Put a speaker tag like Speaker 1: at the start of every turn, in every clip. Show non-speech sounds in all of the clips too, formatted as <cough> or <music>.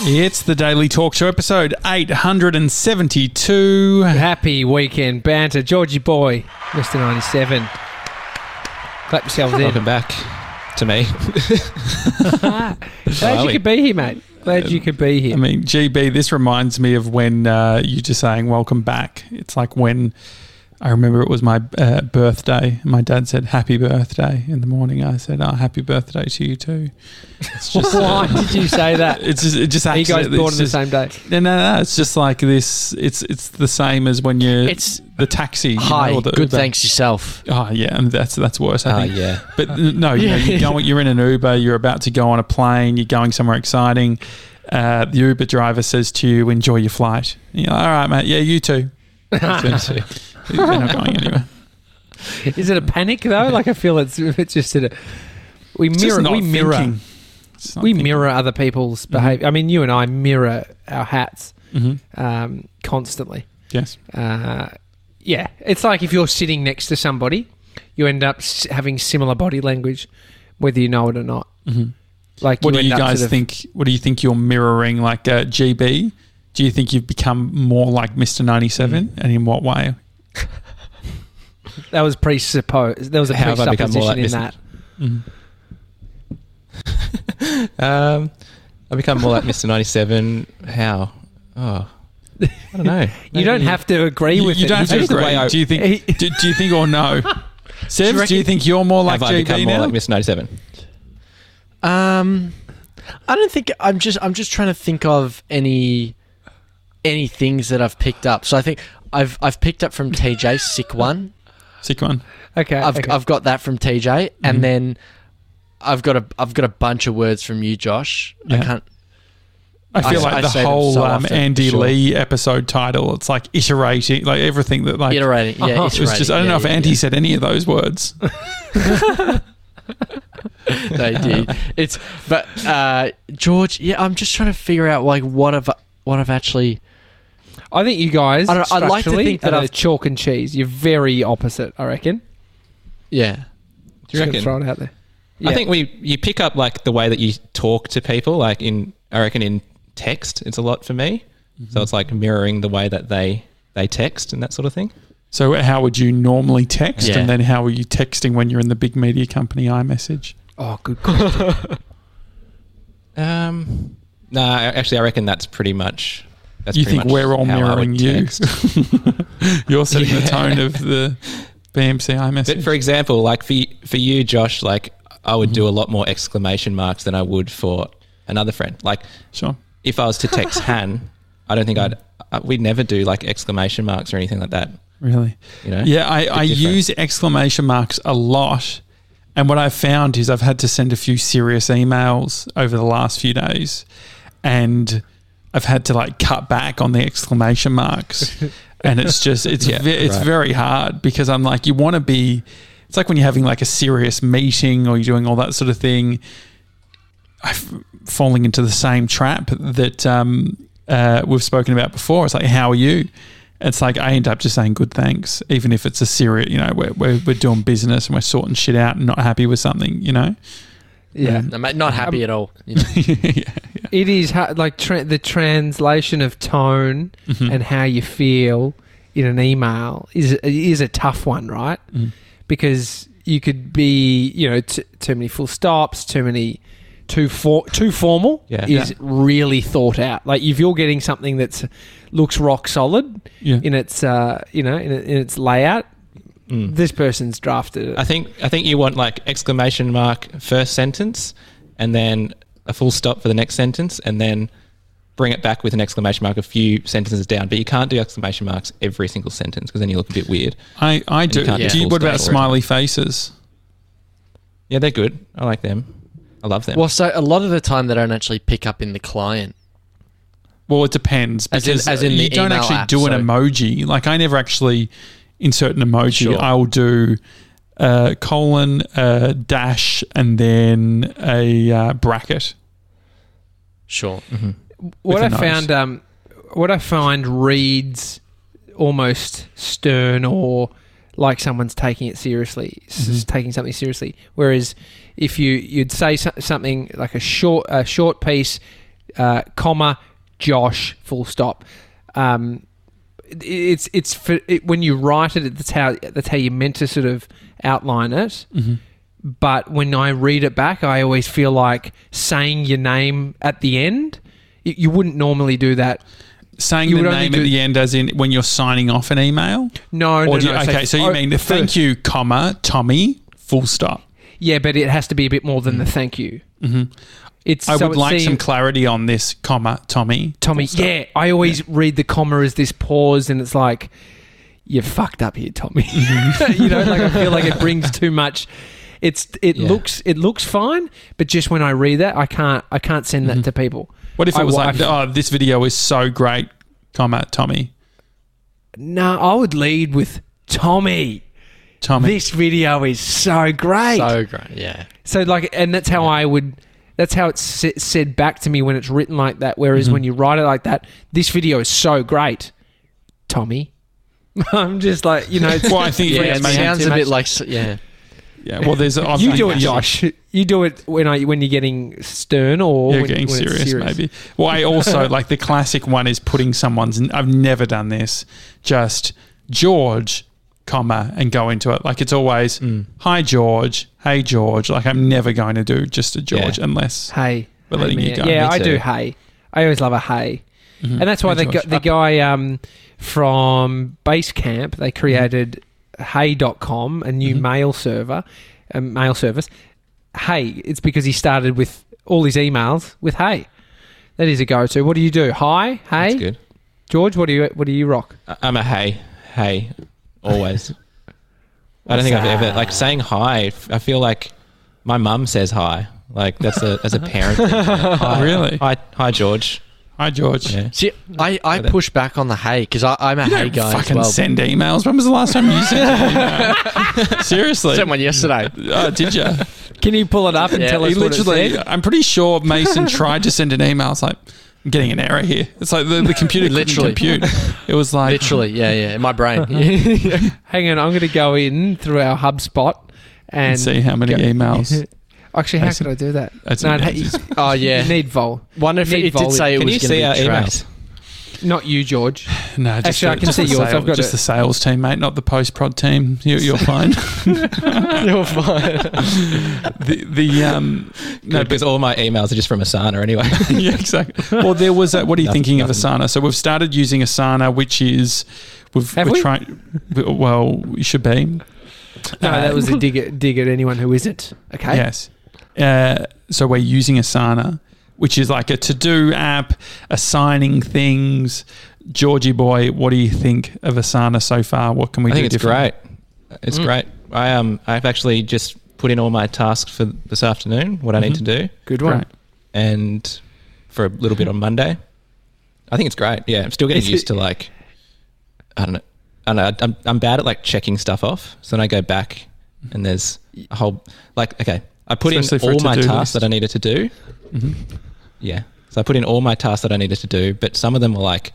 Speaker 1: It's the Daily Talk Show, episode 872.
Speaker 2: Happy weekend banter, Georgie boy, Mr. 97. Clap
Speaker 1: <laughs>
Speaker 2: yourselves in.
Speaker 3: Welcome back to me.
Speaker 2: Ah, Glad you could be here, mate. Glad you could be
Speaker 1: I
Speaker 2: here.
Speaker 1: mean, GB, this reminds me of when uh, you just saying welcome back. It's like when I remember it was my uh, birthday. My dad said happy birthday in the morning. I said, oh, happy birthday to you too. It's just,
Speaker 2: <laughs> Why
Speaker 1: uh,
Speaker 2: did you say that?
Speaker 1: it's just, it just
Speaker 2: Are you
Speaker 1: accident-
Speaker 2: guys
Speaker 1: it's
Speaker 2: born on the
Speaker 1: just-
Speaker 2: same day?
Speaker 1: No, no, no. It's just like this. It's it's the same as when you're
Speaker 4: It's-
Speaker 1: the taxi. you
Speaker 4: Hi,
Speaker 1: know, or the
Speaker 4: good
Speaker 1: Uber.
Speaker 4: thanks yourself.
Speaker 1: Oh yeah, and that's that's worse. I
Speaker 3: Ah,
Speaker 1: think.
Speaker 3: yeah.
Speaker 1: But n- no, you know, you go, you're in an Uber, you're about to go on a plane, you're going somewhere exciting. Uh, the Uber driver says to you, enjoy your flight. And you're like, all right, mate, yeah, you too. That's
Speaker 2: <laughs>
Speaker 1: it. They're not going anywhere.
Speaker 2: <laughs> Is it a panic though? Like I feel it's <laughs> it's just in a we
Speaker 1: It's
Speaker 2: mirror
Speaker 1: just not
Speaker 2: we mirror
Speaker 1: thinking. It's not
Speaker 2: we
Speaker 1: thinking. Mm-hmm.
Speaker 2: mirror other people's behavior. I mean, you and I mirror our hats
Speaker 1: Mhm.
Speaker 2: um, constantly.
Speaker 1: Yes.
Speaker 2: Uh, yeah, it's like if you're sitting next to somebody, you end up s- having similar body language, whether you know it or not.
Speaker 1: Mhm.
Speaker 2: Like,
Speaker 1: What do
Speaker 2: end
Speaker 1: you
Speaker 2: up
Speaker 1: guys
Speaker 2: sort of-
Speaker 1: think? What do you think you're mirroring? Like uh, GB? Do you think you've become more like Mr. 97?
Speaker 2: Mm.
Speaker 1: And in what way?
Speaker 2: That was presupposed. There was a
Speaker 3: How have I become more
Speaker 2: presupposition
Speaker 3: like
Speaker 2: in
Speaker 3: Mr.
Speaker 1: Mhm.
Speaker 2: that.
Speaker 3: Um, I become more like Mr. 97. How? Oh, I don't know.
Speaker 2: You don't have to agree
Speaker 1: You,
Speaker 2: with
Speaker 1: you
Speaker 2: it.
Speaker 1: don't
Speaker 2: You
Speaker 1: have to
Speaker 2: just-
Speaker 3: the
Speaker 1: agree.
Speaker 3: way I-
Speaker 1: do you
Speaker 2: <laughs>
Speaker 1: think?
Speaker 2: He-
Speaker 1: Do, do you think or
Speaker 2: <laughs>
Speaker 1: no? Sebs, do you
Speaker 2: reckon-
Speaker 1: think you're more <laughs> like
Speaker 3: have I become
Speaker 1: GB
Speaker 3: more
Speaker 1: now?
Speaker 3: like Mr. 97?
Speaker 4: Um, I don't think I'm just I'm just trying to think of any any things that I've picked up. So I think I've I've picked up from TJ sick one.
Speaker 1: Sick one.
Speaker 2: Okay.
Speaker 4: I've
Speaker 2: okay.
Speaker 4: I've got that from TJ,
Speaker 1: Mm-hmm.
Speaker 4: and then I've got a I've got a bunch of words from you, Josh. I
Speaker 1: Yeah.
Speaker 4: can't.
Speaker 1: I
Speaker 4: I
Speaker 1: feel
Speaker 4: s-
Speaker 1: like
Speaker 4: I
Speaker 1: the
Speaker 4: say them
Speaker 1: whole
Speaker 4: so
Speaker 1: um,
Speaker 4: often,
Speaker 1: Andy
Speaker 4: for sure.
Speaker 1: Lee episode title. It's like iterating, like everything that like
Speaker 4: Iterating, yeah,
Speaker 1: <laughs>
Speaker 2: Uh-huh.
Speaker 1: it was Oh, just. I don't know if Andy said any of those words.
Speaker 4: they
Speaker 1: <laughs>
Speaker 4: did. It's but uh, George, yeah, I'm just trying to figure out like what I've what I've actually.
Speaker 2: I think you guys.
Speaker 4: I don't- I'd like to
Speaker 2: structurally
Speaker 4: think that
Speaker 2: are
Speaker 4: I've-
Speaker 2: chalk and cheese. You're very opposite. I reckon.
Speaker 4: Yeah,
Speaker 3: Do you
Speaker 2: Just gonna
Speaker 3: reckon?
Speaker 2: Throw it out there. Yeah.
Speaker 3: I think we you pick up like the way that you talk to people, like in I reckon in text, it's a lot for me.
Speaker 1: Mm-hmm.
Speaker 3: So it's like mirroring the way that they they text and that sort of thing.
Speaker 1: So how would you normally text,
Speaker 4: Yeah.
Speaker 1: and then how are you texting when you're in the big media company iMessage?
Speaker 2: Oh, good. question.
Speaker 3: Um, no, I- actually, I reckon that's pretty much. That's
Speaker 1: you
Speaker 3: pretty
Speaker 1: think
Speaker 3: much
Speaker 1: we're all
Speaker 3: how I would
Speaker 1: mirroring you?
Speaker 3: text.
Speaker 1: you're
Speaker 4: <laughs>
Speaker 1: setting the tone of the BMC
Speaker 3: But
Speaker 1: iMessage.
Speaker 3: for example, like for y- for you, Josh, like I would do a lot more exclamation marks than I would for another friend. Like
Speaker 1: sure.
Speaker 3: if I was to text Han, I don't think I'd I, we'd never do like exclamation marks or anything like that.
Speaker 1: Really?
Speaker 3: You know?
Speaker 1: Yeah, I, I
Speaker 3: eh? different.
Speaker 1: use exclamation marks a lot. And what I've found is I've had to send a few serious emails over the last few days. And I've had to like cut back on the exclamation
Speaker 3: <laughs>
Speaker 1: marks. and it's just, it's,
Speaker 3: Yeah,
Speaker 1: ve- it's
Speaker 3: right.
Speaker 1: very hard because I'm like, you want to be, it's like when you're having like a serious meeting or you're doing all that sort of thing. I'm falling into the same trap that um, uh, we've spoken about before. It's like, how are you? It's like I end up just saying good thanks, even if it's a serious, you know, we're, we're, we're doing business and we're sorting shit out and not happy with something, you know? <laughs>
Speaker 2: yeah.
Speaker 4: I'm not happy
Speaker 1: Um,
Speaker 4: at all. you know.
Speaker 1: yeah.
Speaker 2: It is ha- like tra- the translation of tone
Speaker 1: Mm-hmm.
Speaker 3: Hmm.
Speaker 2: and how you feel in an email is is a tough one, right?
Speaker 3: Hmm.
Speaker 2: Because you could be, you know, t- too many full stops, too many too for- too formal
Speaker 3: Yeah.
Speaker 2: is really thought out. Like if you're getting something that's looks rock solid
Speaker 1: Yeah.
Speaker 2: in its uh, you know, in, it- in its layout,
Speaker 3: Mm.
Speaker 2: this person's drafted it.
Speaker 3: I think I think you want like exclamation mark first sentence, and then a full stop for the next sentence, and then bring it back with an exclamation mark a few sentences down. But you can't do exclamation marks every single sentence because then you look a bit weird.
Speaker 1: I, I do.
Speaker 3: you can't
Speaker 1: do
Speaker 3: do
Speaker 1: you-
Speaker 3: full
Speaker 1: what about
Speaker 3: stop or
Speaker 1: smiley faces?
Speaker 3: Yeah, they're good. I like them. I love them.
Speaker 4: Well, so a lot of the time they don't actually pick up in the client.
Speaker 1: Well, it depends.
Speaker 4: As in-
Speaker 1: Because
Speaker 4: as in
Speaker 1: you
Speaker 4: the
Speaker 1: don't
Speaker 4: email
Speaker 1: actually
Speaker 4: app,
Speaker 1: do an
Speaker 4: so-
Speaker 1: emoji. Like I never actually insert an emoji.
Speaker 4: Sure.
Speaker 1: I'll do uh, colon, uh, dash, and then a uh, bracket.
Speaker 4: Sure.
Speaker 3: Mm-hmm.
Speaker 2: what
Speaker 1: with
Speaker 2: I
Speaker 1: a nose.
Speaker 2: found, um, what I find reads almost stern or like someone's taking it seriously,
Speaker 1: Mm-hmm.
Speaker 2: s- taking something seriously. Whereas if you you'd say so- something like a short a short piece, uh, comma Josh full stop. Um, it- it's it's for, it, when you write it, that's how that's how you meant to sort of outline it.
Speaker 1: Mm-hmm.
Speaker 2: But when I read it back, I always feel like saying your name at the end. You you wouldn't normally do that.
Speaker 1: Saying
Speaker 2: You
Speaker 1: the
Speaker 2: would only
Speaker 1: name
Speaker 2: do-
Speaker 1: at the end, as in when you're signing off an email.
Speaker 2: No, no,
Speaker 1: Or do you,
Speaker 2: no.
Speaker 1: okay, so you
Speaker 2: oh,
Speaker 1: mean the thank
Speaker 2: first-
Speaker 1: you, comma Tommy, full stop.
Speaker 2: Yeah, but it has to be a bit more than the thank you. Mm-hmm. It's
Speaker 1: Mm. I
Speaker 2: so
Speaker 1: would
Speaker 2: it
Speaker 1: like some
Speaker 2: seems-
Speaker 1: clarity on this, comma Tommy.
Speaker 2: Tommy. Yeah, I always read the comma as this pause, and it's like you fucked up here, Tommy.
Speaker 1: Mm-hmm.
Speaker 2: <laughs> you know, like I feel like it brings too much. It's it
Speaker 3: Yeah.
Speaker 2: looks it looks fine, but just when I read that, I can't I can't send that to people.
Speaker 1: Mm-hmm. What if
Speaker 2: I
Speaker 1: it was
Speaker 2: wa-
Speaker 1: like,
Speaker 2: I-
Speaker 1: oh, this video is so great, comma Tommy,
Speaker 2: no, I would lead with Tommy.
Speaker 1: Tommy.
Speaker 2: This video is so great.
Speaker 4: So great. Yeah.
Speaker 2: So like, and that's how I would. That's how it's sa- said back to me when it's written like that. Whereas
Speaker 1: Mm-hmm.
Speaker 2: when you write it like that, this video is so great, Tommy. <laughs> I'm just like you know.
Speaker 1: <laughs>
Speaker 2: It's,
Speaker 1: Well, I think-
Speaker 2: <laughs> Yeah,
Speaker 1: Yeah,
Speaker 4: it
Speaker 1: maybe
Speaker 4: sounds
Speaker 2: too
Speaker 4: a
Speaker 2: much.
Speaker 4: bit like s- yeah.
Speaker 1: yeah. Well, there's
Speaker 2: you do it, Josh. You do it when I when you're getting stern or
Speaker 1: You're
Speaker 2: when,
Speaker 1: getting
Speaker 2: when it's
Speaker 1: serious, maybe. Well, I also like the classic one is putting someone's. I've never done this. Just George, comma, and go into it. Like it's always, hi George, hey George. Like I'm never going to do just a George
Speaker 2: <laughs>
Speaker 3: Yeah.
Speaker 1: unless
Speaker 2: Hey,
Speaker 1: We're
Speaker 2: hey,
Speaker 1: letting you
Speaker 2: man.
Speaker 1: go.
Speaker 2: Yeah,
Speaker 3: Me
Speaker 2: I
Speaker 3: too.
Speaker 2: do. Hey, I always love a hey, and that's why
Speaker 1: Hey,
Speaker 2: they
Speaker 1: George.
Speaker 2: got the guy um, from Basecamp. They created Hey.com, a new mail server, a mail service. Hey, it's because he started with all his emails with hey. That is a go-to. What do you do? Hi, hey,
Speaker 3: That's good.
Speaker 2: George. What do you what do you rock?
Speaker 3: I- I'm a hey, hey,
Speaker 2: <laughs>
Speaker 3: always. I don't think I've ever like saying hi. I feel like my mum says hi. Like that's a as a parent.
Speaker 2: <laughs>
Speaker 3: thing.
Speaker 1: <laughs>
Speaker 3: hi,
Speaker 1: Really?
Speaker 3: Hi, hi, George.
Speaker 1: hi George.
Speaker 3: Yeah.
Speaker 4: See, I, I
Speaker 3: then-
Speaker 4: push back on the hay because I'm a
Speaker 1: You
Speaker 4: hay
Speaker 1: don't
Speaker 4: guy as
Speaker 1: fucking
Speaker 4: well.
Speaker 1: send emails. When was the last time you sent an email? Seriously.
Speaker 4: Sent one yesterday.
Speaker 1: Oh, did you?
Speaker 2: Can you pull it up and
Speaker 4: Yeah,
Speaker 2: tell
Speaker 4: he
Speaker 2: us
Speaker 1: He
Speaker 2: what it
Speaker 1: literally,
Speaker 2: said?
Speaker 1: I'm pretty sure Mason tried to send an email. It's like, I'm getting an error here. It's like the, the computer literally
Speaker 4: Literally.
Speaker 1: compute. It was like,
Speaker 4: <laughs> Literally, yeah, yeah. In my brain. <laughs> yeah.
Speaker 2: <laughs> Hang on, I'm going to go in through our HubSpot and,
Speaker 1: and see how many
Speaker 2: go- <laughs>
Speaker 1: emails.
Speaker 2: Actually, how
Speaker 1: That's-
Speaker 2: could I do that?
Speaker 1: that's-
Speaker 2: no, it-
Speaker 1: <laughs>
Speaker 2: <laughs>
Speaker 4: Oh yeah.
Speaker 2: You need vol.
Speaker 4: Wonder if
Speaker 2: Need
Speaker 4: it, it did
Speaker 2: volume.
Speaker 4: say it
Speaker 3: Can
Speaker 4: was
Speaker 3: you
Speaker 4: going to
Speaker 3: see
Speaker 4: be
Speaker 3: our
Speaker 4: tracked.
Speaker 3: emails?
Speaker 2: Not you, George.
Speaker 1: No, just
Speaker 2: Actually,
Speaker 1: the,
Speaker 2: I can
Speaker 1: just
Speaker 2: see
Speaker 1: the
Speaker 2: yours.
Speaker 1: sale-
Speaker 2: I've got
Speaker 1: just
Speaker 2: it.
Speaker 1: the sales team, mate, not the post prod
Speaker 2: <laughs>
Speaker 1: team. You, you're fine.
Speaker 4: You're fine.
Speaker 1: <laughs> the the um, no,
Speaker 3: No, because all my emails are just from Asana anyway.
Speaker 1: <laughs> yeah, exactly. Well, there was. A, what are you
Speaker 3: Nothing-
Speaker 1: thinking of
Speaker 3: nothing.
Speaker 1: Asana? So we've started using Asana, which is we've
Speaker 2: Have
Speaker 1: we're
Speaker 2: we?
Speaker 1: trying. Well, we should be.
Speaker 2: <laughs> No, that was a dig at, dig at anyone who isn't. Okay.
Speaker 1: Yes. Uh, so we're using Asana, which is like a to-do app, assigning things. Georgie boy, what do you think of Asana so far? What can we
Speaker 3: <laughs> I
Speaker 1: do?
Speaker 3: think it's
Speaker 1: differently?
Speaker 3: great.
Speaker 2: Mm.
Speaker 3: It's great. I um I've actually just put in all my tasks for this afternoon. What I need
Speaker 2: Mm-hmm.
Speaker 1: Mhm.
Speaker 3: to do,
Speaker 2: Good one.
Speaker 1: Right.
Speaker 3: and for a little bit on Monday. I think it's great. Yeah, I'm still getting
Speaker 2: Is
Speaker 3: used
Speaker 2: it-
Speaker 3: to like I don't know. I don't know. I'm I'm bad at like checking stuff off. So then I go back and there's a whole like okay. I put
Speaker 1: Especially for
Speaker 3: in
Speaker 1: a
Speaker 3: all my
Speaker 1: to-do list.
Speaker 3: tasks
Speaker 1: Mm-hmm.
Speaker 3: that I needed to do. Yeah. So I put in all my tasks that I needed to do, but some of them were like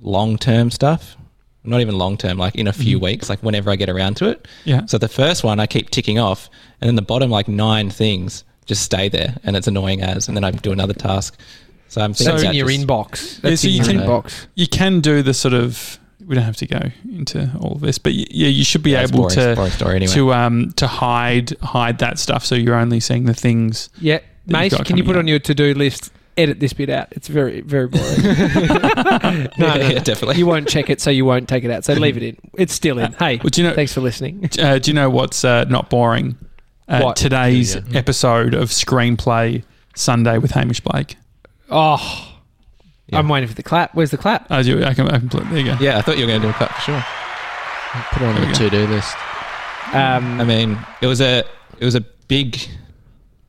Speaker 3: long term stuff. Not even long term, like in a few
Speaker 1: Mm-hmm.
Speaker 3: weeks, like whenever I get around to it.
Speaker 1: Yeah.
Speaker 3: So the first one I keep ticking off, and then the bottom like nine things just stay there, and it's annoying as, and then I do another task. So I'm
Speaker 2: So
Speaker 3: thinking
Speaker 2: that's
Speaker 3: about
Speaker 2: in your
Speaker 3: just-
Speaker 2: inbox.
Speaker 1: Yeah,
Speaker 2: That's
Speaker 1: so
Speaker 2: in
Speaker 1: you
Speaker 2: your
Speaker 1: can-
Speaker 2: inbox.
Speaker 1: You can do the sort of. We don't have to go into all of this, but y- yeah, you should be
Speaker 3: Yeah, it's
Speaker 1: able
Speaker 3: boring,
Speaker 1: to
Speaker 3: it's boring story anyway. <laughs>
Speaker 1: to um to hide hide that stuff, so you're only seeing the things.
Speaker 2: Yeah.
Speaker 1: you've
Speaker 2: Mace,
Speaker 1: got
Speaker 2: can you
Speaker 1: coming
Speaker 2: put
Speaker 1: up.
Speaker 2: on your to do list? Edit this bit out. It's very, very boring. no, no,
Speaker 3: Yeah,
Speaker 2: no.
Speaker 3: definitely.
Speaker 2: You won't check it, so you won't take it out. So leave it in. It's
Speaker 1: <laughs>
Speaker 2: still in. Hey,
Speaker 1: Well, do you know-
Speaker 2: thanks for listening.
Speaker 1: Uh, do you know what's uh, not boring? Uh,
Speaker 2: What?
Speaker 1: Today's
Speaker 4: Yeah.
Speaker 1: episode of Screenplay Sunday with Hamish Blake.
Speaker 2: Oh,
Speaker 3: Yeah.
Speaker 2: I'm waiting for the clap. Where's the clap?
Speaker 1: I do. I can. I can there you go.
Speaker 3: yeah, I thought you were going to do a clap for sure.
Speaker 4: Put it on
Speaker 1: There
Speaker 4: the
Speaker 1: we go.
Speaker 4: to do list.
Speaker 2: Um,
Speaker 3: I mean, it was a it was a big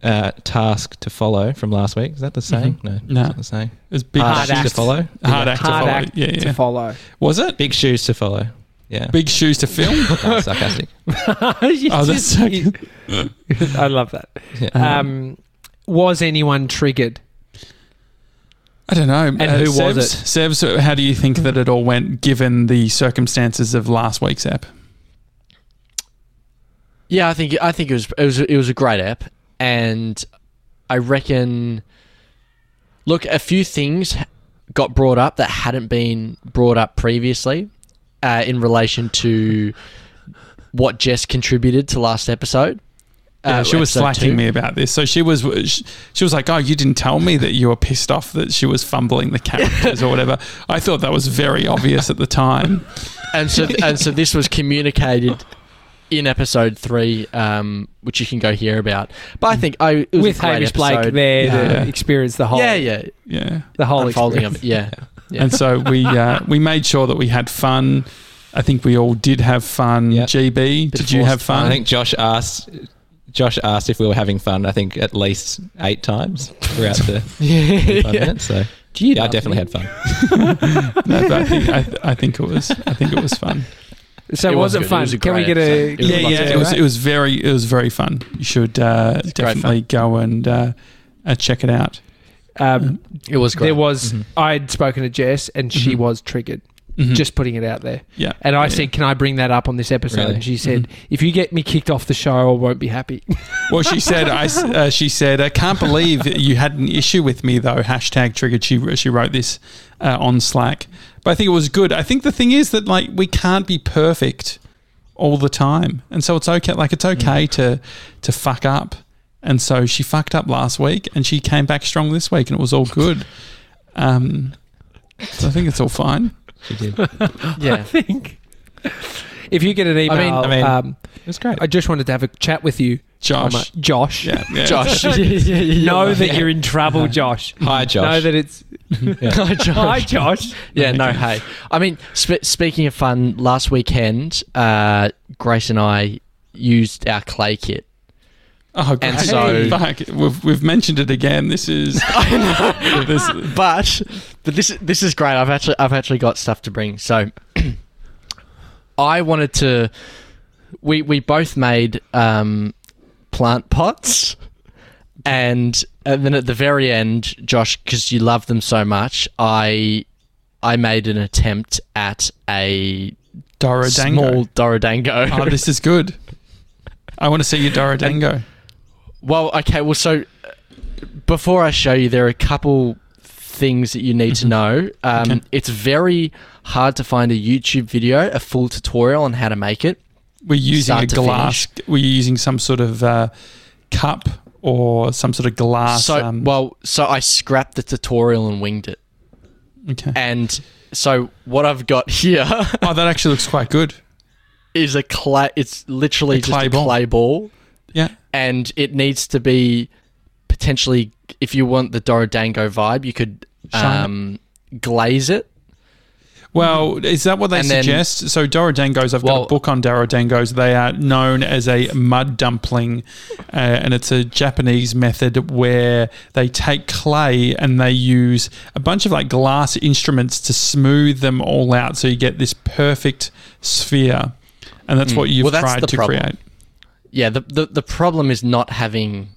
Speaker 3: uh, task to follow from last week. Is that the saying? No,
Speaker 1: No. Ah,
Speaker 3: it's not the saying.
Speaker 1: It's big
Speaker 2: Hard
Speaker 1: shoes
Speaker 2: act.
Speaker 3: to
Speaker 1: to follow.
Speaker 3: follow.
Speaker 1: Hard act to
Speaker 2: hard
Speaker 1: follow.
Speaker 2: act
Speaker 1: yeah, yeah. <laughs>
Speaker 2: to follow. <laughs>
Speaker 1: Was it
Speaker 3: Big shoes to follow. Yeah.
Speaker 1: big shoes to film?
Speaker 3: <laughs> That was sarcastic.
Speaker 2: You
Speaker 1: Oh, that's so Uh-huh.
Speaker 2: you- <laughs> I love that.
Speaker 3: Yeah.
Speaker 2: <laughs> Um, was anyone triggered?
Speaker 1: I don't know. Uh,
Speaker 2: And who was
Speaker 1: Sevs,
Speaker 2: it?
Speaker 1: Sevs, uh, how do you think that it all went given the circumstances of last week's app?
Speaker 4: Yeah, I think I think it was it was it was a great app, and I reckon Look, a few things got brought up that hadn't been brought up previously uh, in relation to what Jess contributed to last episode.
Speaker 1: Yeah,
Speaker 4: Uh,
Speaker 1: she was
Speaker 4: episode
Speaker 1: slacking
Speaker 4: two.
Speaker 1: me about this. So she was she, she was like, "Oh, you didn't tell me that you were pissed off that she was fumbling the characters or whatever." I thought that was very obvious at the time. <laughs>
Speaker 4: and so and so this was communicated in episode three, um, which you can go hear about. But I think I it was a
Speaker 2: with
Speaker 4: great
Speaker 2: Hamish Blake
Speaker 4: episode.
Speaker 2: there
Speaker 1: Yeah.
Speaker 2: to experience the whole,
Speaker 4: Yeah, yeah,
Speaker 1: Yeah.
Speaker 2: the whole
Speaker 4: unfolding of
Speaker 2: experience.
Speaker 4: it. Yeah, Yeah.
Speaker 1: And so we uh, we made sure that we had fun. I think we all did have fun.
Speaker 3: Yeah.
Speaker 4: Bit
Speaker 1: GB, did you have
Speaker 4: forced
Speaker 1: fun?
Speaker 3: I think Josh asked. Josh asked if we were having fun. I think at least eight times throughout
Speaker 2: <laughs>
Speaker 3: the five minutes. So
Speaker 2: Gee,
Speaker 3: yeah, I
Speaker 2: lovely.
Speaker 3: definitely had fun.
Speaker 1: no, but I think I, th- I think it was I think it was fun.
Speaker 2: So
Speaker 4: It
Speaker 2: it,
Speaker 4: was
Speaker 2: wasn't
Speaker 4: good. It
Speaker 2: fun.
Speaker 4: was a
Speaker 2: Can we
Speaker 4: great
Speaker 2: get a?
Speaker 4: episode. It was
Speaker 1: Yeah,
Speaker 4: lots
Speaker 1: yeah,
Speaker 4: of
Speaker 1: it was it was very it was very fun. You should uh,
Speaker 4: great
Speaker 1: definitely go and uh, uh, check it out.
Speaker 2: Um,
Speaker 4: it was great. Mm-hmm.
Speaker 2: there was.
Speaker 3: Mhm.
Speaker 2: I'd spoken to Jess, and she
Speaker 1: Mhm.
Speaker 2: was triggered.
Speaker 1: Mhm.
Speaker 2: Just putting it out there.
Speaker 1: yeah,
Speaker 2: And I
Speaker 1: Yeah.
Speaker 2: said, "Can I bring that up on this episode?"
Speaker 3: Really?
Speaker 2: And she
Speaker 4: Mm-hmm.
Speaker 2: said, "If you get me kicked off the show, I won't be happy." <laughs>
Speaker 1: Well, she said, I, s- uh, she said, I can't believe you had an issue with me though. Hashtag triggered. She she wrote this uh, on Slack, but I think it was good. I think the thing is that like we can't be perfect all the time, and so it's okay. Like it's okay to to fuck up, and so she fucked up last week, and she came back strong this week, and it was all good. Um, so I think it's all fine.
Speaker 3: She did. It
Speaker 2: I
Speaker 4: <laughs> yeah,
Speaker 2: think. If you get an email,
Speaker 4: mean-
Speaker 3: I mean-
Speaker 2: um,
Speaker 3: was great.
Speaker 2: I just wanted to have a chat with you,
Speaker 1: Josh,
Speaker 2: Thomas- Josh.
Speaker 1: yeah, yeah.
Speaker 4: Oh,
Speaker 3: <laughs>
Speaker 4: Josh. Yeah, yeah, yeah. <laughs>
Speaker 2: know that you're in trouble, Josh.
Speaker 3: Hi, Josh.
Speaker 2: Know that it's
Speaker 4: Hi, <laughs> Josh.
Speaker 2: hi, Josh.
Speaker 4: <laughs> Yeah, no, hey. I mean, sp- speaking of fun, last weekend, uh, Grace and I used our clay <laughs> kit.
Speaker 1: Oh, great.
Speaker 4: And so-
Speaker 1: fuck, we've we've mentioned it again. This is this,
Speaker 4: But, but this this is great. I've actually I've actually got stuff to bring. So, <clears throat> I wanted to. We we both made um, plant pots, and and then at the very end, Josh, because you love them so much, I I made an attempt at a
Speaker 1: Dorodango.
Speaker 4: small Dorodango.
Speaker 1: Oh, this is good. I want to see your Dorodango.
Speaker 4: <laughs> Well, okay. Well, so uh, before I show you, there are a couple things that you need to know. Um,
Speaker 1: Mm-hmm. Okay.
Speaker 4: It's very hard to find a YouTube video, a full tutorial on how to make it.
Speaker 1: We're using a
Speaker 4: Start to
Speaker 1: glass. We're using some sort of uh, cup or some sort of glass.
Speaker 4: so,
Speaker 1: um,
Speaker 4: well, so I scrapped the tutorial and winged it.
Speaker 1: okay.
Speaker 4: And so what I've got <laughs> here
Speaker 1: oh, that actually looks quite good.
Speaker 4: is a clay. It's literally
Speaker 1: A
Speaker 4: just
Speaker 1: clay
Speaker 4: a
Speaker 1: ball.
Speaker 4: clay ball,
Speaker 1: Yeah.
Speaker 4: and it needs to be potentially, if you want the Dorodango vibe, you could
Speaker 1: Shine it.
Speaker 4: um, glaze it.
Speaker 1: Well, is that what they
Speaker 4: And then-
Speaker 1: suggest? so Dorodangos, I've got
Speaker 4: Well-
Speaker 1: a book on Dorodangos. They are known as a mud dumpling, uh, and it's a Japanese method where they take clay and they use a bunch of like glass instruments to smooth them all out, so you get this perfect sphere. And that's what you've
Speaker 4: Hmm. Well, that's the
Speaker 1: tried to
Speaker 4: problem.
Speaker 1: create.
Speaker 4: Yeah, the, the the problem is not having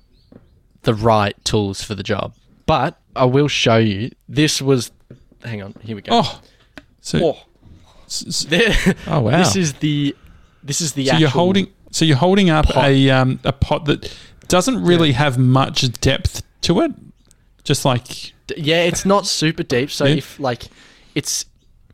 Speaker 4: the right tools for the job. But I will show you. This was hang on, here we go.
Speaker 1: Oh, so
Speaker 4: Oh.
Speaker 1: s- s-
Speaker 4: There- <laughs>
Speaker 3: oh wow.
Speaker 4: This is the this is the
Speaker 1: so
Speaker 4: actual
Speaker 1: you're holding so you're holding up
Speaker 4: pot.
Speaker 1: a um, a pot that doesn't really have much depth to it, just like.
Speaker 4: D- Yeah, it's not super deep, so
Speaker 1: Yeah.
Speaker 4: if like it's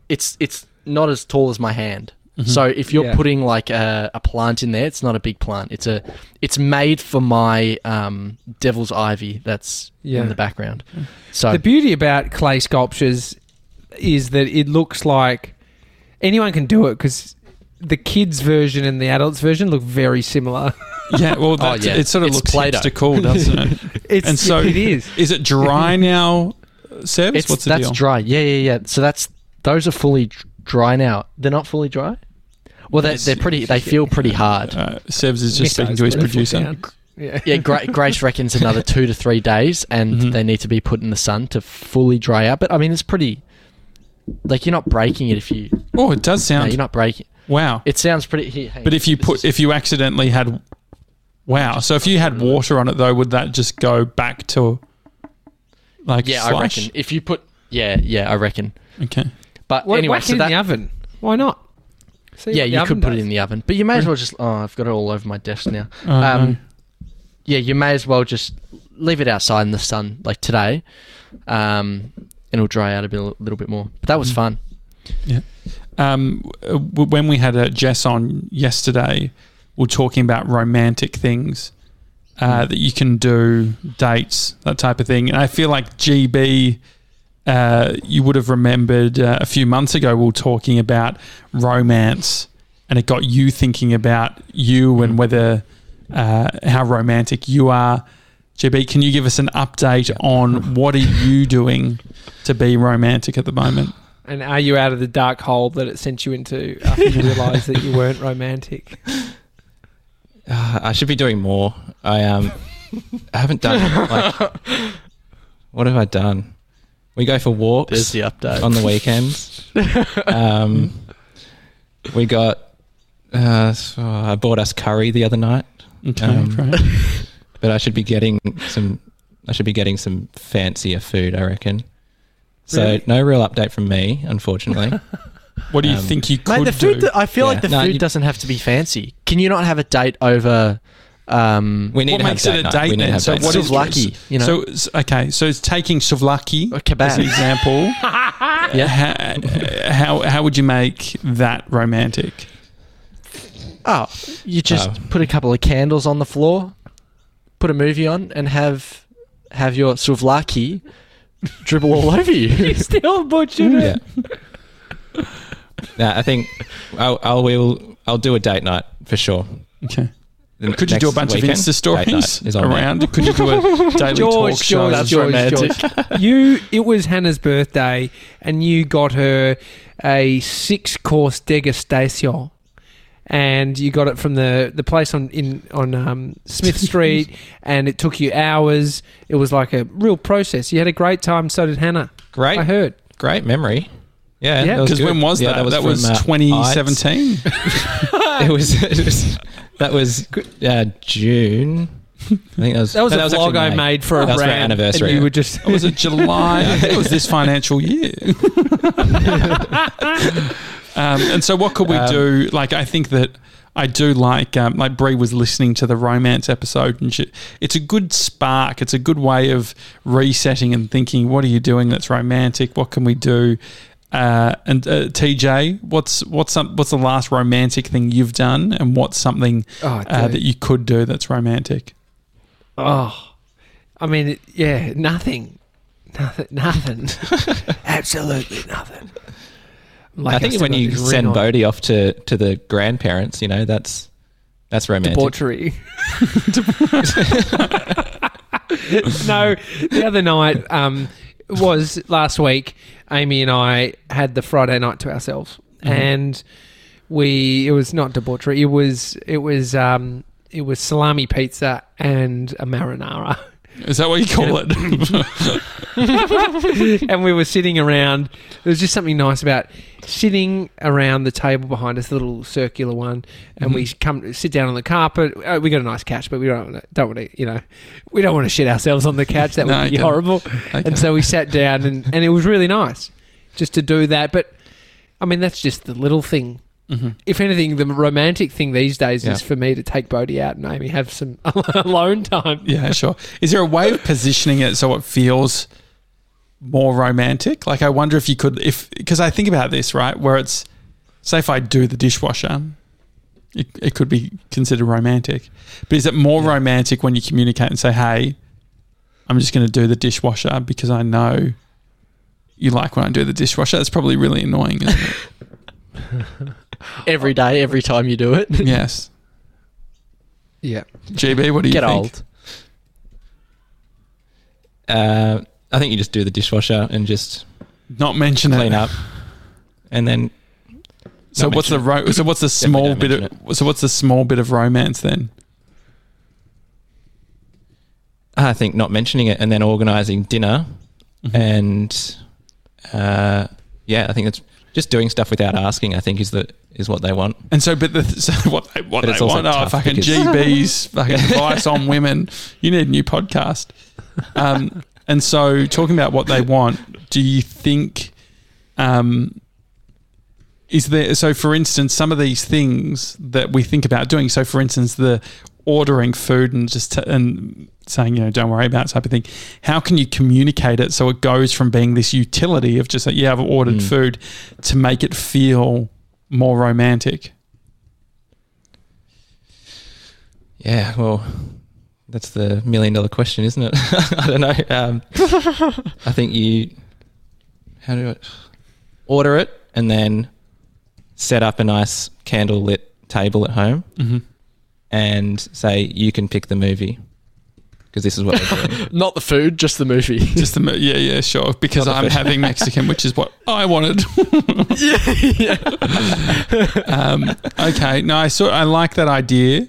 Speaker 4: it's it's not as tall as my hand.
Speaker 1: Mm-hmm.
Speaker 4: So if you're
Speaker 2: Yeah.
Speaker 4: putting like a, a plant in there, it's not a big plant. It's a it's made for my um, devil's ivy that's
Speaker 2: Yeah.
Speaker 4: in the background. So
Speaker 2: The beauty about clay sculptures is that it looks like anyone can do it because the kids' version and the adults' version look very similar. <laughs>
Speaker 1: Yeah, well, that's,
Speaker 4: Oh, yeah.
Speaker 1: it sort of
Speaker 4: It's
Speaker 1: looks
Speaker 4: Play-Doh.
Speaker 1: hipster cool,
Speaker 4: <laughs>
Speaker 1: doesn't it?
Speaker 2: It's
Speaker 1: And so-
Speaker 2: it is.
Speaker 1: Is it dry now, Seb?
Speaker 4: It's,
Speaker 1: What's the
Speaker 4: that's
Speaker 1: deal?
Speaker 4: dry. Yeah, yeah, yeah. So that's those are fully dr- dry now. They're not fully dry. Well, they
Speaker 1: Yes.
Speaker 4: they're pretty. They feel pretty
Speaker 1: <laughs>
Speaker 4: hard.
Speaker 1: Uh, Seb's is <laughs> just
Speaker 2: Missiles
Speaker 1: speaking to his
Speaker 2: put their foot
Speaker 1: producer.
Speaker 2: down. Yeah.
Speaker 4: Yeah, Gra- Grace reckons another two to three days, and
Speaker 1: Mhm.
Speaker 4: they need to be put in the sun to fully dry out. But I mean, it's pretty. Like you're not breaking it if you.
Speaker 1: Oh, it does
Speaker 4: No,
Speaker 1: sound
Speaker 4: you're not breaking.
Speaker 1: wow.
Speaker 4: It sounds pretty. Here, hang
Speaker 1: but
Speaker 4: on.
Speaker 1: if you
Speaker 4: This
Speaker 1: put
Speaker 4: is-
Speaker 1: if you accidentally had wow, so if you had water on it though, would that just go back to like
Speaker 4: yeah, I
Speaker 1: slush?
Speaker 4: reckon if you put. Yeah, yeah, I reckon.
Speaker 1: Okay.
Speaker 4: But
Speaker 2: Well,
Speaker 4: anyway,
Speaker 2: whack
Speaker 4: so
Speaker 2: it in the
Speaker 4: that.
Speaker 2: oven. Why not? See
Speaker 4: Yeah,
Speaker 2: what the
Speaker 4: you could
Speaker 2: oven
Speaker 4: put it
Speaker 2: does.
Speaker 4: in the oven, but you may as well just. Oh, I've got it all over my desk now.
Speaker 1: Oh,
Speaker 4: Um,
Speaker 1: no.
Speaker 4: yeah, you may as well just leave it outside in the sun like today, um, and it'll dry out a bit, a little bit more. But that was fun.
Speaker 1: um, w- when we had uh, Jess on yesterday, we are talking about romantic things uh, that you can do, dates, that type of thing. And I feel like GB, uh, you would have remembered uh, a few months ago, we were talking about romance, and it got you thinking about you and whether uh, how romantic you are. GB, can you give us an update on what are you doing to be romantic at the moment?
Speaker 2: And are you out of the dark hole that it sent you into
Speaker 4: <laughs>
Speaker 2: after you realised that you weren't romantic? <laughs>
Speaker 3: Uh, I should be doing more. I um, I haven't done.
Speaker 1: <laughs>
Speaker 3: Like, what have I done? We go for walks.
Speaker 4: There's the update.
Speaker 3: on the weekends. um, we got. Uh, so I bought us curry the other night,
Speaker 1: Okay,
Speaker 3: Um,
Speaker 1: great.
Speaker 3: but I should be getting some. I should be getting some fancier food, I reckon. So
Speaker 2: Really?
Speaker 3: no real update from me, unfortunately.
Speaker 1: What do you
Speaker 3: Um,
Speaker 1: think you could
Speaker 4: Mate, the food.
Speaker 1: do?
Speaker 4: that- I feel
Speaker 3: Yeah.
Speaker 4: like the
Speaker 3: No,
Speaker 4: food
Speaker 3: you-
Speaker 4: doesn't have to be fancy. Can you not have a date over? Um,
Speaker 3: We need
Speaker 1: what
Speaker 3: to
Speaker 1: makes
Speaker 3: have
Speaker 1: it a
Speaker 3: date night.
Speaker 1: date
Speaker 3: We need to
Speaker 1: then?
Speaker 3: have
Speaker 1: So
Speaker 3: date
Speaker 1: what
Speaker 3: night.
Speaker 1: is
Speaker 4: Souvlaki, you know?
Speaker 1: So s- okay, so it's taking souvlaki
Speaker 4: A kebab.
Speaker 1: as an example. yeah, how, how how would you make that romantic?
Speaker 4: oh, you just
Speaker 3: Oh.
Speaker 4: put a couple of candles on the floor, put a movie on, and have have your souvlaki dribble all over
Speaker 2: <laughs>
Speaker 4: you.
Speaker 2: Still butchered it.
Speaker 3: yeah. Nah, I think I'll, I'll we'll I'll do a date night for sure.
Speaker 1: Okay,
Speaker 3: The
Speaker 1: could you do a
Speaker 3: next
Speaker 1: bunch
Speaker 3: weekend,
Speaker 1: of Insta
Speaker 3: date night
Speaker 1: stories
Speaker 3: is on me.
Speaker 1: around? Could you do a daily talk
Speaker 2: George,
Speaker 1: show?
Speaker 2: George, George, George. You, it was Hannah's birthday, and you got her a six-course degustation, and you got it from the, the place on in on um, <laughs> Smith Street, and it took you hours. It was like a real process. You had a great time. So did Hannah. I
Speaker 3: Great,
Speaker 2: heard.
Speaker 3: great memory. Yeah,
Speaker 2: Yeah.
Speaker 3: that was
Speaker 1: Because
Speaker 3: good.
Speaker 1: when was
Speaker 3: Yeah,
Speaker 1: that? That
Speaker 3: from,
Speaker 1: was,
Speaker 3: uh, Ides.
Speaker 1: 2017.
Speaker 3: it was, <laughs> it was that was uh, June. I think that
Speaker 1: <laughs>
Speaker 3: was
Speaker 2: That was
Speaker 3: no,
Speaker 2: a
Speaker 3: actually
Speaker 2: vlog I
Speaker 3: May.
Speaker 2: made for a
Speaker 3: That was for
Speaker 2: brand.
Speaker 3: our anniversary.
Speaker 2: And you were
Speaker 3: <laughs>
Speaker 2: just
Speaker 1: Or was it July? I think it was this financial year. <laughs> um, and so, what could we
Speaker 3: Um,
Speaker 1: do? Like, I think that I do like, um, like Brie was listening to the romance episode, and she, it's a good spark. It's a good way of resetting and thinking. What are you doing that's romantic? What can we do? Uh, and uh, TJ, what's what's some, what's the last romantic thing you've done, and what's something
Speaker 2: <laughs> Oh,
Speaker 1: uh,
Speaker 2: dude.
Speaker 1: that you could do that's romantic?
Speaker 2: Oh, I mean, it- yeah, nothing, nothing, <laughs> nothing,
Speaker 3: <laughs>
Speaker 2: absolutely nothing. Like,
Speaker 3: I think
Speaker 2: still
Speaker 3: when
Speaker 2: got
Speaker 3: you
Speaker 2: this ring
Speaker 3: send
Speaker 2: on.
Speaker 3: Bodhi off to to the grandparents, you know that's that's romantic.
Speaker 2: debauchery. <laughs> no, the other night um, was last week. Amy and I had the Friday night to ourselves, and we it was not debauchery. It was it was um, it was salami pizza and a marinara.
Speaker 1: Is that what you call it? <laughs>
Speaker 2: <laughs> and we were sitting around. There was just something nice about sitting around the table behind us, the little circular one, and we come sit down on the carpet. Oh, we got a nice couch, but we don't wanna, don't want to, you know, we don't want to shit ourselves on the couch. <laughs> That
Speaker 1: No,
Speaker 2: would
Speaker 1: I
Speaker 2: be
Speaker 1: get it.
Speaker 2: horrible.
Speaker 1: Okay.
Speaker 2: And so we sat down, and and it was really nice just to do that. But I mean, that's just the little thing.
Speaker 1: Mhm.
Speaker 2: If anything, the romantic thing these days
Speaker 3: Yeah.
Speaker 2: is for me to take Bodhi out and Amy have some <laughs> alone time.
Speaker 1: Yeah, sure. Is there a way of positioning it so it feels more romantic? Like, I wonder if you could, if because I think about this right, where it's say if I do the dishwasher, it, it could be considered romantic. But is it more romantic when you communicate and say, "Hey, I'm just going to do the dishwasher because I know you like when I do the dishwasher." That's probably really annoying. Isn't
Speaker 3: <laughs>
Speaker 1: it?
Speaker 4: every day, every time you do it. <laughs>
Speaker 1: yes.
Speaker 2: Yeah.
Speaker 1: GB, what do you
Speaker 4: Get
Speaker 1: think?
Speaker 4: old.
Speaker 3: Uh, I think you just do the dishwasher and just
Speaker 1: Not mention it.
Speaker 3: clean up, and then
Speaker 1: So
Speaker 3: Not
Speaker 1: what's the ro- so what's the small
Speaker 3: Definitely
Speaker 1: bit
Speaker 3: don't
Speaker 1: of so what's the small bit of romance then?
Speaker 3: I think not mentioning it and then organising dinner
Speaker 1: Mm-hmm.
Speaker 3: and uh, yeah, I think it's just doing stuff without asking. I think is the is what they want.
Speaker 1: And so, but the <laughs> so what they, what
Speaker 3: But
Speaker 1: they
Speaker 3: it's also
Speaker 1: want are
Speaker 3: tough
Speaker 1: fucking
Speaker 3: because-
Speaker 1: GBs, fucking advice on women. You need a new podcast. Um, and so, talking about what they want, do you think, um, is there? So, for instance, some of these things that we think about doing. So, for instance, the ordering food and just t- and saying you know don't worry about it type of thing how can you communicate it so it goes from being this utility of just like yeah i've ordered
Speaker 3: Hmm.
Speaker 1: food to make it feel more romantic
Speaker 3: Yeah, well, that's the million dollar question, isn't it? <laughs> I don't know. Um, I think you how do I order it and then set up a nice candle lit table at home
Speaker 1: Mhm.
Speaker 3: and say you can pick the movie because this is what we're doing.
Speaker 4: Not the food, just the movie. <laughs>
Speaker 1: just the mo- yeah yeah sure because i'm having mexican which is what i wanted
Speaker 3: <laughs>
Speaker 1: um, okay no i saw i like that idea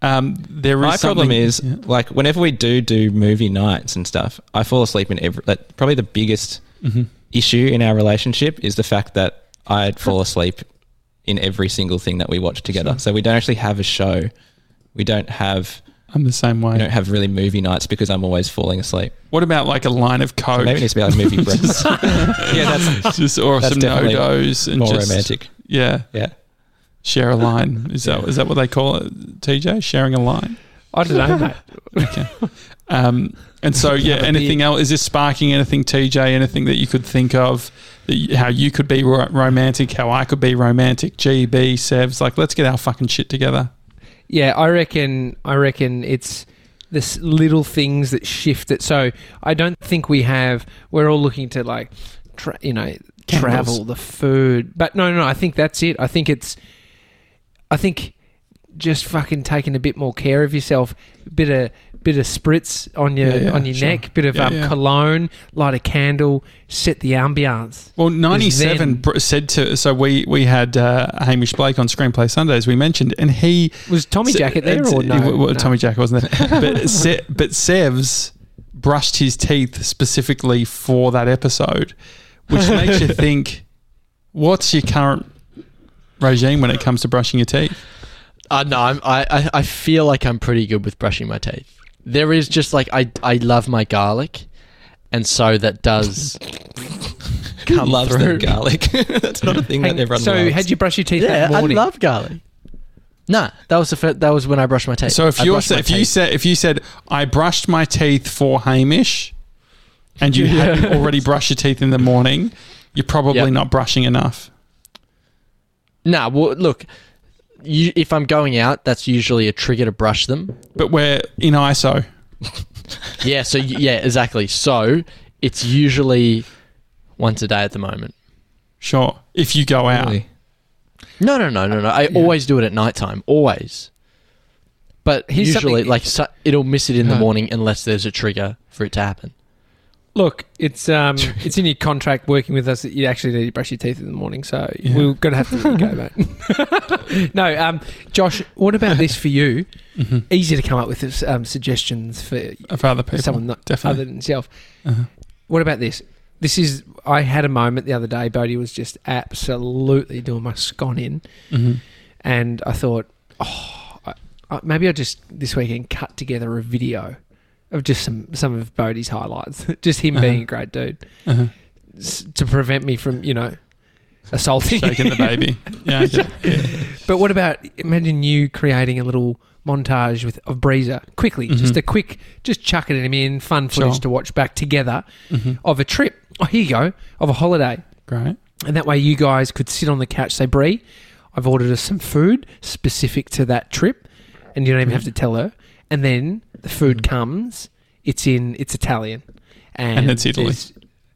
Speaker 1: um, there is
Speaker 3: My problem
Speaker 1: something-
Speaker 3: is
Speaker 1: Yeah.
Speaker 3: like whenever we do do movie nights and stuff, I fall asleep in every. Like, probably the biggest
Speaker 1: Mm-hmm.
Speaker 3: issue in our relationship is the fact that I'd fall asleep in every single thing that we watch together. So we don't actually have a show. We don't have
Speaker 1: i'm the same way
Speaker 3: we don't have really movie nights because I'm always falling asleep.
Speaker 1: What about like a line of coke?
Speaker 3: Maybe it
Speaker 1: <laughs>
Speaker 3: needs to be like <laughs> movie breaks. Oh, yeah, that's
Speaker 1: just or
Speaker 3: That's
Speaker 1: some
Speaker 3: definitely
Speaker 1: no-dos and
Speaker 3: more
Speaker 1: just
Speaker 3: romantic.
Speaker 1: yeah,
Speaker 3: Yeah.
Speaker 1: share a line. Is that is that what they call it? TJ sharing a line.
Speaker 2: I don't know, mate.
Speaker 1: Okay. um, and so yeah,
Speaker 2: Have a
Speaker 1: anything
Speaker 2: beer.
Speaker 1: else? Is this sparking anything, TJ? Anything that you could think of? That you, how you could be ro- romantic, how I could be romantic. GB Sevs, like let's get our fucking shit together.
Speaker 2: Yeah, I reckon. I reckon it's this little things that shift it. So I don't think we have. We're all looking to like, tra- you know,
Speaker 1: Candles.
Speaker 2: travel the food. But no, no, I think that's it. I think it's. I think just fucking taking a bit more care of yourself. Bit of bit of spritz on your
Speaker 1: Yeah, yeah,
Speaker 2: on your
Speaker 1: sure.
Speaker 2: neck. Bit of
Speaker 1: Yeah,
Speaker 2: um,
Speaker 1: yeah.
Speaker 2: cologne. Light a candle. Set the ambiance.
Speaker 1: Well, 97
Speaker 2: then-
Speaker 1: br- said to so we we had uh, Hamish Blake on Screenplay Sundays we mentioned and he
Speaker 2: Was Tommy
Speaker 1: Se-
Speaker 2: Jacket there
Speaker 1: it's-
Speaker 2: or
Speaker 1: it
Speaker 2: no?
Speaker 1: w- w-
Speaker 2: No.
Speaker 1: Tommy Jacket wasn't
Speaker 2: <laughs>
Speaker 1: there. but Se- but Sevs brushed his teeth specifically for that episode,
Speaker 2: <laughs>
Speaker 1: which makes you think, what's your current regime when it comes to brushing your teeth?
Speaker 4: Uh, no, I'm, I, I I feel like I'm pretty good with brushing my teeth. There is just like I I love my garlic, and so that does come
Speaker 3: loves
Speaker 4: through.
Speaker 3: the garlic. <laughs> that's not a thing
Speaker 2: Hang-
Speaker 3: that everyone
Speaker 2: so
Speaker 3: loves.
Speaker 2: had you brush your teeth
Speaker 4: Yeah,
Speaker 2: that
Speaker 4: I
Speaker 2: morning?
Speaker 4: love garlic. Nah, that was the first, that was when I brushed my teeth.
Speaker 1: So if
Speaker 4: I
Speaker 1: you
Speaker 4: brushed my
Speaker 1: if you
Speaker 4: teeth.
Speaker 1: said if you said I brushed my teeth for Hamish, and
Speaker 2: <laughs>
Speaker 1: you hadn't already brushed your teeth in the morning, you're probably
Speaker 4: Yep.
Speaker 1: not brushing enough.
Speaker 4: nah, well look, you, if I'm going out, that's usually a trigger to brush them.
Speaker 1: But we're in ISO.
Speaker 4: Yeah, so y- yeah, exactly. So it's usually once a day at the moment.
Speaker 1: Sure, if you go out,
Speaker 3: Really?
Speaker 4: No, no, no, no, no. I always do it at nighttime, always. But
Speaker 2: Here's
Speaker 4: usually,
Speaker 2: something-
Speaker 4: like, su- it'll miss it in the
Speaker 3: Huh.
Speaker 4: morning unless there's a trigger for it to happen.
Speaker 2: Look,
Speaker 1: <laughs>
Speaker 2: it's um, it's in your contract working with us that you actually need to brush your teeth in the morning. So
Speaker 1: Yeah.
Speaker 2: we're gonna have to let you go,
Speaker 1: <laughs>
Speaker 2: mate. <laughs> no, um, Josh, what about this for you?
Speaker 1: Mhm.
Speaker 2: Easy to come up with um, suggestions for
Speaker 1: of other people,
Speaker 2: someone not
Speaker 1: definitely.
Speaker 2: other than yourself.
Speaker 1: Uh-huh.
Speaker 2: What about this? This is I had a moment the other day. Bodie was just absolutely doing my scon in,
Speaker 1: Mhm.
Speaker 2: and I thought, oh, I, I, maybe I just this weekend cut together a video of just some some of Bodie's highlights, <laughs> just him being
Speaker 1: Uh-huh.
Speaker 2: a great dude,
Speaker 1: Uh-huh.
Speaker 2: s- to prevent me from you know assaulting.
Speaker 1: <laughs> shaking the baby. Yeah, okay.
Speaker 2: <laughs> but what about imagine you creating a little montage with of Breezer quickly, just
Speaker 1: Mhm.
Speaker 2: a quick, just chucking him in, fun footage
Speaker 1: Sure.
Speaker 2: to watch back together of a trip. Oh, here you go, of a holiday.
Speaker 1: great.
Speaker 2: And that way you guys could sit on the couch, say, Brie, I've ordered us some food specific to that trip. And you don't even have to tell her. And then the food comes, it's in, it's Italian.
Speaker 1: Mm-hmm.
Speaker 2: And,
Speaker 1: And it's Italy. Uh-huh.
Speaker 2: there's-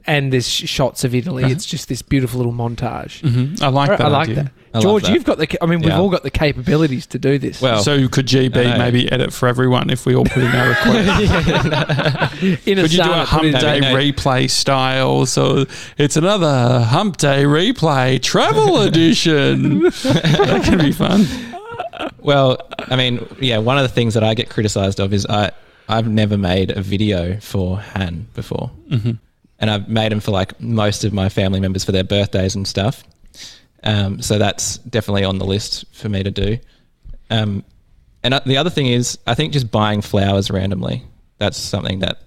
Speaker 2: And there's sh- shots of Italy.
Speaker 1: Right.
Speaker 2: It's just this beautiful little montage.
Speaker 1: Mm-hmm. I like
Speaker 2: Alright,
Speaker 1: that.
Speaker 2: I like
Speaker 1: idea.
Speaker 2: that.
Speaker 3: I love
Speaker 2: George,
Speaker 3: that.
Speaker 2: you've got the, ca- I mean, we've
Speaker 3: Yeah.
Speaker 2: all got the capabilities to do this.
Speaker 3: Well,
Speaker 1: So could GB
Speaker 3: I know.
Speaker 1: maybe edit for everyone if we all put in our request?
Speaker 2: in
Speaker 1: could you do a
Speaker 2: sauna,
Speaker 1: hump
Speaker 2: put it in-
Speaker 1: day
Speaker 3: no.
Speaker 1: replay style? So it's another hump day replay travel edition. that could be fun.
Speaker 3: Well, I mean, yeah, one of the things that I get criticized of is I I've never made a video for Han before. Mm-hmm. And I've made them for like most of my family members for their birthdays and stuff. Um, so that's definitely on the list for me to do. Um, and uh, the other thing is, I think just buying flowers randomly. That's something that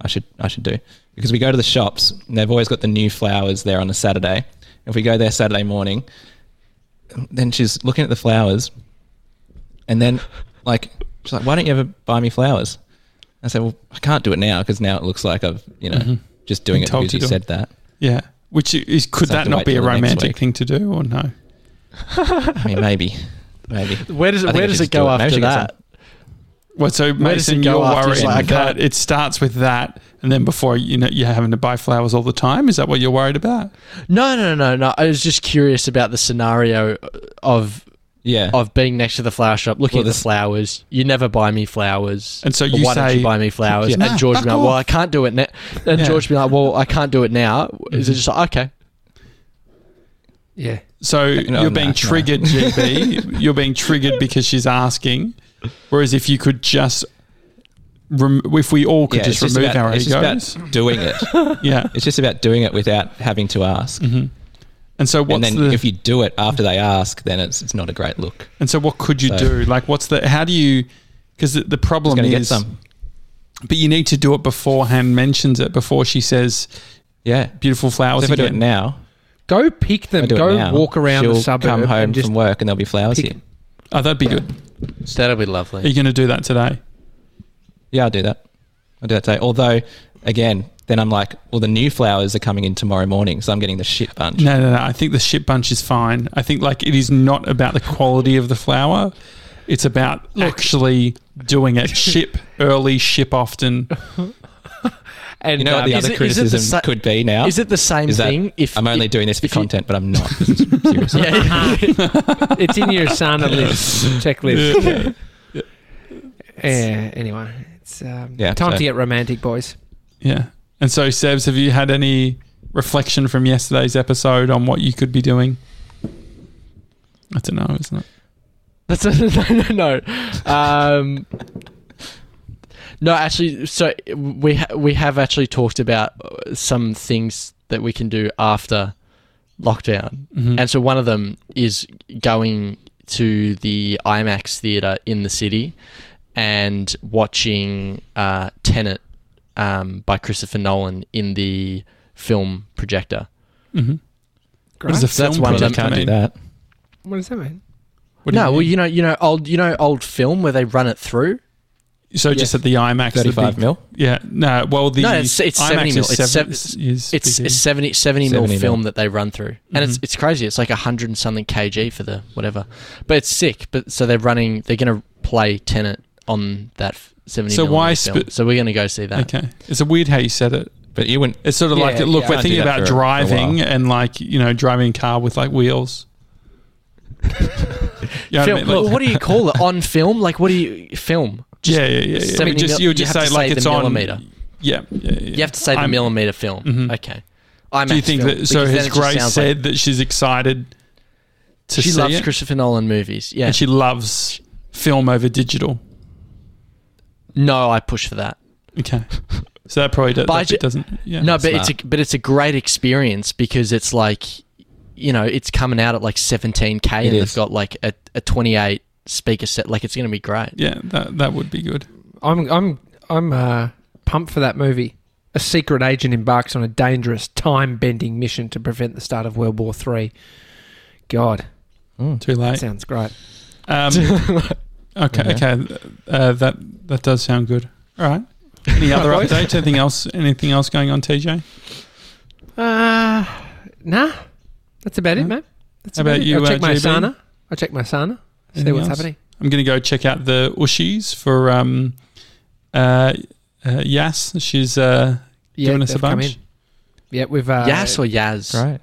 Speaker 3: I should I should do because we go to the shops and they've always got the new flowers there on a Saturday. If we go there Saturday morning, then she's looking at the flowers, and then like she's like, why don't you ever buy me flowers? I said, well, I can't do it now because now it looks like I've you know just
Speaker 1: Been
Speaker 3: doing it
Speaker 1: Mm-hmm. told
Speaker 3: because
Speaker 1: to
Speaker 3: you
Speaker 1: do it.
Speaker 3: said that.
Speaker 1: Yeah. Which is could
Speaker 3: So I
Speaker 1: that
Speaker 3: have to
Speaker 1: not
Speaker 3: wait
Speaker 1: be a
Speaker 3: till next
Speaker 1: romantic
Speaker 3: week.
Speaker 1: thing to do or no?
Speaker 3: I mean, maybe,
Speaker 1: <laughs>
Speaker 3: maybe.
Speaker 4: Where does
Speaker 3: I
Speaker 4: it,
Speaker 3: think
Speaker 4: where
Speaker 3: I
Speaker 4: does
Speaker 3: should
Speaker 4: it go
Speaker 3: do it. Maybe
Speaker 4: after
Speaker 3: she gets
Speaker 4: that?
Speaker 1: Well, so
Speaker 4: does
Speaker 1: Mason,
Speaker 4: it go
Speaker 1: you're
Speaker 4: after? It's
Speaker 1: worried
Speaker 4: like, I
Speaker 1: that
Speaker 4: can't-
Speaker 1: it starts with that, and then before you know you're having to buy flowers all the time. Is that what you're worried about?
Speaker 4: No, no, no, no. I was just curious about the scenario of
Speaker 3: Yeah.
Speaker 4: of being next to the flower shop, looking
Speaker 3: Well,
Speaker 4: at the
Speaker 3: this-
Speaker 4: flowers. You never buy me flowers.
Speaker 1: And so
Speaker 4: But
Speaker 1: you
Speaker 4: why don't
Speaker 1: say-
Speaker 4: you Ah, buy me flowers?
Speaker 1: Yeah. Nah,
Speaker 4: and George be
Speaker 1: fuck
Speaker 4: like, well,
Speaker 1: off.
Speaker 4: I can't do it now. And
Speaker 1: Yeah.
Speaker 4: George be like, well, I can't do it now. Is it just like, okay?
Speaker 2: Yeah.
Speaker 1: So
Speaker 3: <laughs> No,
Speaker 1: you're
Speaker 3: no,
Speaker 1: being
Speaker 3: no.
Speaker 1: triggered,
Speaker 3: <laughs>
Speaker 1: GB. you're being triggered because she's asking. Whereas if you could just, rem- if we all could
Speaker 3: yeah,
Speaker 1: just
Speaker 3: it's
Speaker 1: remove
Speaker 3: about,
Speaker 1: our
Speaker 3: it's
Speaker 1: egos,
Speaker 3: just about doing it. <laughs>
Speaker 1: yeah.
Speaker 3: It's just about doing it without having to ask.
Speaker 1: And so what's
Speaker 3: and then
Speaker 1: the
Speaker 3: if you do it after they ask, then it's it's not a great look.
Speaker 1: and so what could you
Speaker 3: So-
Speaker 1: do? Like, what's the how do you? Because the, the
Speaker 3: It's
Speaker 1: problem
Speaker 3: going to
Speaker 1: is,
Speaker 3: get some.
Speaker 1: but you need to do it beforehand. Mentions it before she says
Speaker 3: Yeah.
Speaker 1: beautiful flowers.
Speaker 3: So if I do it
Speaker 1: again.
Speaker 3: now,
Speaker 2: Go pick
Speaker 3: if
Speaker 2: them.
Speaker 3: I do it
Speaker 2: Go
Speaker 3: now,
Speaker 2: walk around
Speaker 3: she'll
Speaker 2: the suburb
Speaker 3: Come home
Speaker 2: and just
Speaker 3: from work, and there'll be flowers
Speaker 2: pick-
Speaker 3: here.
Speaker 1: Oh, that'd be good.
Speaker 4: That'll be
Speaker 1: Are
Speaker 4: lovely.
Speaker 1: you going to do that today?
Speaker 3: Yeah, I'll do that. I'll do that today. Although, again, then I'm like, well, the new flowers are coming in tomorrow morning, so I'm getting the shit bunch.
Speaker 1: No, no, no. I think the shit bunch is fine. I think like it is not about the quality of the flower. It's about actually doing it. Ship early, ship often.
Speaker 2: and
Speaker 3: You know what
Speaker 2: um,
Speaker 3: the
Speaker 4: is it- is
Speaker 3: other
Speaker 4: it the
Speaker 3: criticism
Speaker 4: sa-
Speaker 3: could be now?
Speaker 4: Is it the same
Speaker 3: Is that
Speaker 4: thing? If
Speaker 3: I'm only
Speaker 4: if-
Speaker 3: doing this for
Speaker 4: if you-
Speaker 3: content, but I'm not. This is serious.
Speaker 4: Yeah.
Speaker 3: <laughs>
Speaker 2: it's in your Asana list checklist. Yeah. Anyway, it's um,
Speaker 3: Yeah,
Speaker 2: time
Speaker 3: so-
Speaker 2: to get romantic, boys.
Speaker 1: Yeah. And so, Sebs, have you had any reflection from yesterday's episode on what you could be doing? I don't know, isn't it?
Speaker 4: That's <laughs> no, no, no. Um, no, actually, so we ha- we have actually talked about uh, some things that we can do after lockdown,
Speaker 1: Mhm.
Speaker 4: and so one of them is going to the IMAX theater in the city and watching uh, Tenet um, by Christopher Nolan in the film projector.
Speaker 1: Mhm. What
Speaker 2: Great.
Speaker 1: does a
Speaker 4: So
Speaker 1: film
Speaker 4: that's one of them.
Speaker 3: I
Speaker 1: project
Speaker 3: can't do
Speaker 1: mean?
Speaker 3: that.
Speaker 2: what does that mean?
Speaker 1: What do
Speaker 4: no,
Speaker 1: you
Speaker 4: well,
Speaker 1: mean?
Speaker 4: you know, you know, old, you know, old film where they run it through.
Speaker 1: so just at the IMAX, the
Speaker 3: 35
Speaker 1: big-
Speaker 3: mil.
Speaker 1: Yeah, no. Well, the
Speaker 4: No, it's- it's 70 mil. It's sev-
Speaker 1: is
Speaker 4: It's
Speaker 1: big.
Speaker 4: a 70, 70 mil
Speaker 3: 70 mil.
Speaker 4: film that they run through, and
Speaker 1: Mm-hmm.
Speaker 4: it's it's crazy. It's like hundred and something kg for the whatever, but it's sick. But so they're running. They're going to play Tenet on that f- seventy.
Speaker 1: So
Speaker 4: mil
Speaker 1: why
Speaker 4: film.
Speaker 1: sp-
Speaker 4: So we're going to go see that.
Speaker 1: okay. It's a weird how you said it.
Speaker 3: But you wouldn't.
Speaker 1: It's sort of
Speaker 2: Yeah,
Speaker 1: like look,
Speaker 2: yeah,
Speaker 1: we're
Speaker 3: I
Speaker 1: thinking
Speaker 3: do that
Speaker 1: about
Speaker 3: for a- for a while.
Speaker 1: driving and like you know driving a car with like
Speaker 4: <laughs>
Speaker 1: wheels. you know what I
Speaker 4: Film-
Speaker 1: mean? Like-
Speaker 4: well, what do you call
Speaker 1: <laughs>
Speaker 4: it on film? Like what do you film?
Speaker 1: yeah, yeah, yeah. yeah. I mean,
Speaker 4: 70
Speaker 1: just
Speaker 4: mil-
Speaker 1: you would
Speaker 4: you
Speaker 1: just
Speaker 4: have
Speaker 1: say
Speaker 4: to
Speaker 1: like
Speaker 4: say the
Speaker 1: it's on.
Speaker 4: millimeter.
Speaker 1: Yeah, yeah, yeah.
Speaker 4: You have to say the
Speaker 1: I'm-
Speaker 4: millimeter film.
Speaker 1: Mhm.
Speaker 4: Okay. IMAX
Speaker 1: Do you think
Speaker 4: film,
Speaker 1: that? So
Speaker 4: because then
Speaker 1: has
Speaker 4: it just
Speaker 1: Grace
Speaker 4: sounds
Speaker 1: said that she's excited to
Speaker 4: like, she
Speaker 1: see
Speaker 4: loves
Speaker 1: it,
Speaker 4: Christopher Nolan movies? Yeah.
Speaker 1: and she loves film over digital?
Speaker 4: no, I push for that.
Speaker 1: Okay, so that probably does,
Speaker 4: But I
Speaker 1: that
Speaker 4: ju-
Speaker 1: bit doesn't. Yeah,
Speaker 4: No, but
Speaker 3: smart.
Speaker 4: it's a, but it's a great experience because it's like, you know, it's coming out at like 17k
Speaker 3: It
Speaker 4: and
Speaker 3: is.
Speaker 4: they've got like a, a 28 speaker set. Like it's going to be great.
Speaker 1: yeah, that that would be good.
Speaker 2: I'm I'm I'm uh, pumped for that movie. A secret agent embarks on a dangerous, time-bending mission to prevent the start of World War Three. God,
Speaker 1: Too late.
Speaker 2: sounds great. <laughs>
Speaker 1: Um, okay, okay, uh, that that does sound good. All right.
Speaker 2: <laughs>
Speaker 1: Any other
Speaker 2: Boys?
Speaker 1: updates? Anything else? Anything else going on, TJ?
Speaker 2: Uh, nah, that's about it,
Speaker 1: No?
Speaker 2: man. That's
Speaker 1: How about you,
Speaker 2: It. I
Speaker 1: uh,
Speaker 2: check my
Speaker 1: GB?
Speaker 2: Asana. I check my Asana. See
Speaker 1: Anything
Speaker 2: what's
Speaker 1: else?
Speaker 2: happening.
Speaker 1: I'm going to go check out the Ushis for um, uh, uh, Yas. She's uh,
Speaker 2: Yeah,
Speaker 1: giving us a
Speaker 2: they've come
Speaker 1: bunch.
Speaker 2: in. Yeah, we've uh,
Speaker 4: Yas or Yaz?
Speaker 3: Right.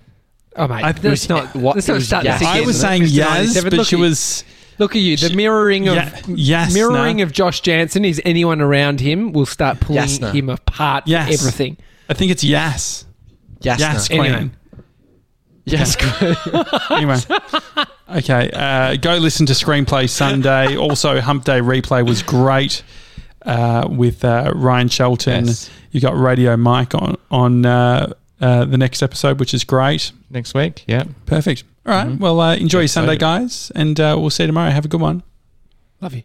Speaker 2: Oh mate,
Speaker 1: I-
Speaker 2: I, let's not.
Speaker 4: what-
Speaker 2: let's
Speaker 4: it
Speaker 2: not
Speaker 4: was
Speaker 2: start
Speaker 4: Yas.
Speaker 2: this
Speaker 1: I
Speaker 2: again,
Speaker 1: was
Speaker 2: Mr.
Speaker 1: saying Yaz,
Speaker 2: 97.
Speaker 1: but
Speaker 2: look
Speaker 1: she
Speaker 2: at you-
Speaker 1: was
Speaker 2: Look at you. The
Speaker 1: She-
Speaker 2: mirroring of
Speaker 1: Ya- Yasna.
Speaker 2: mirroring of Josh Jansen is anyone around him will start pulling
Speaker 4: Yasna.
Speaker 2: him apart.
Speaker 1: Yes.
Speaker 2: Everything.
Speaker 1: I think it's Yas.
Speaker 4: Yas.
Speaker 1: Yas <laughs>
Speaker 2: no.
Speaker 1: Queen.
Speaker 2: Anyway.
Speaker 4: Yas.
Speaker 1: anyway. Okay. Uh, go listen to Screenplay
Speaker 2: <laughs>
Speaker 1: Sunday. also, Hump Day Replay was great uh, with uh, Ryan Shelton.
Speaker 3: Yes.
Speaker 1: You got Radio Mike on on uh, uh, the next episode, which is great.
Speaker 3: Next week. Yeah.
Speaker 1: Perfect. All right. Well, uh, enjoy your Sunday,
Speaker 3: Excited.
Speaker 1: guys, and uh, we'll see you tomorrow. Have a good one.
Speaker 2: Love you.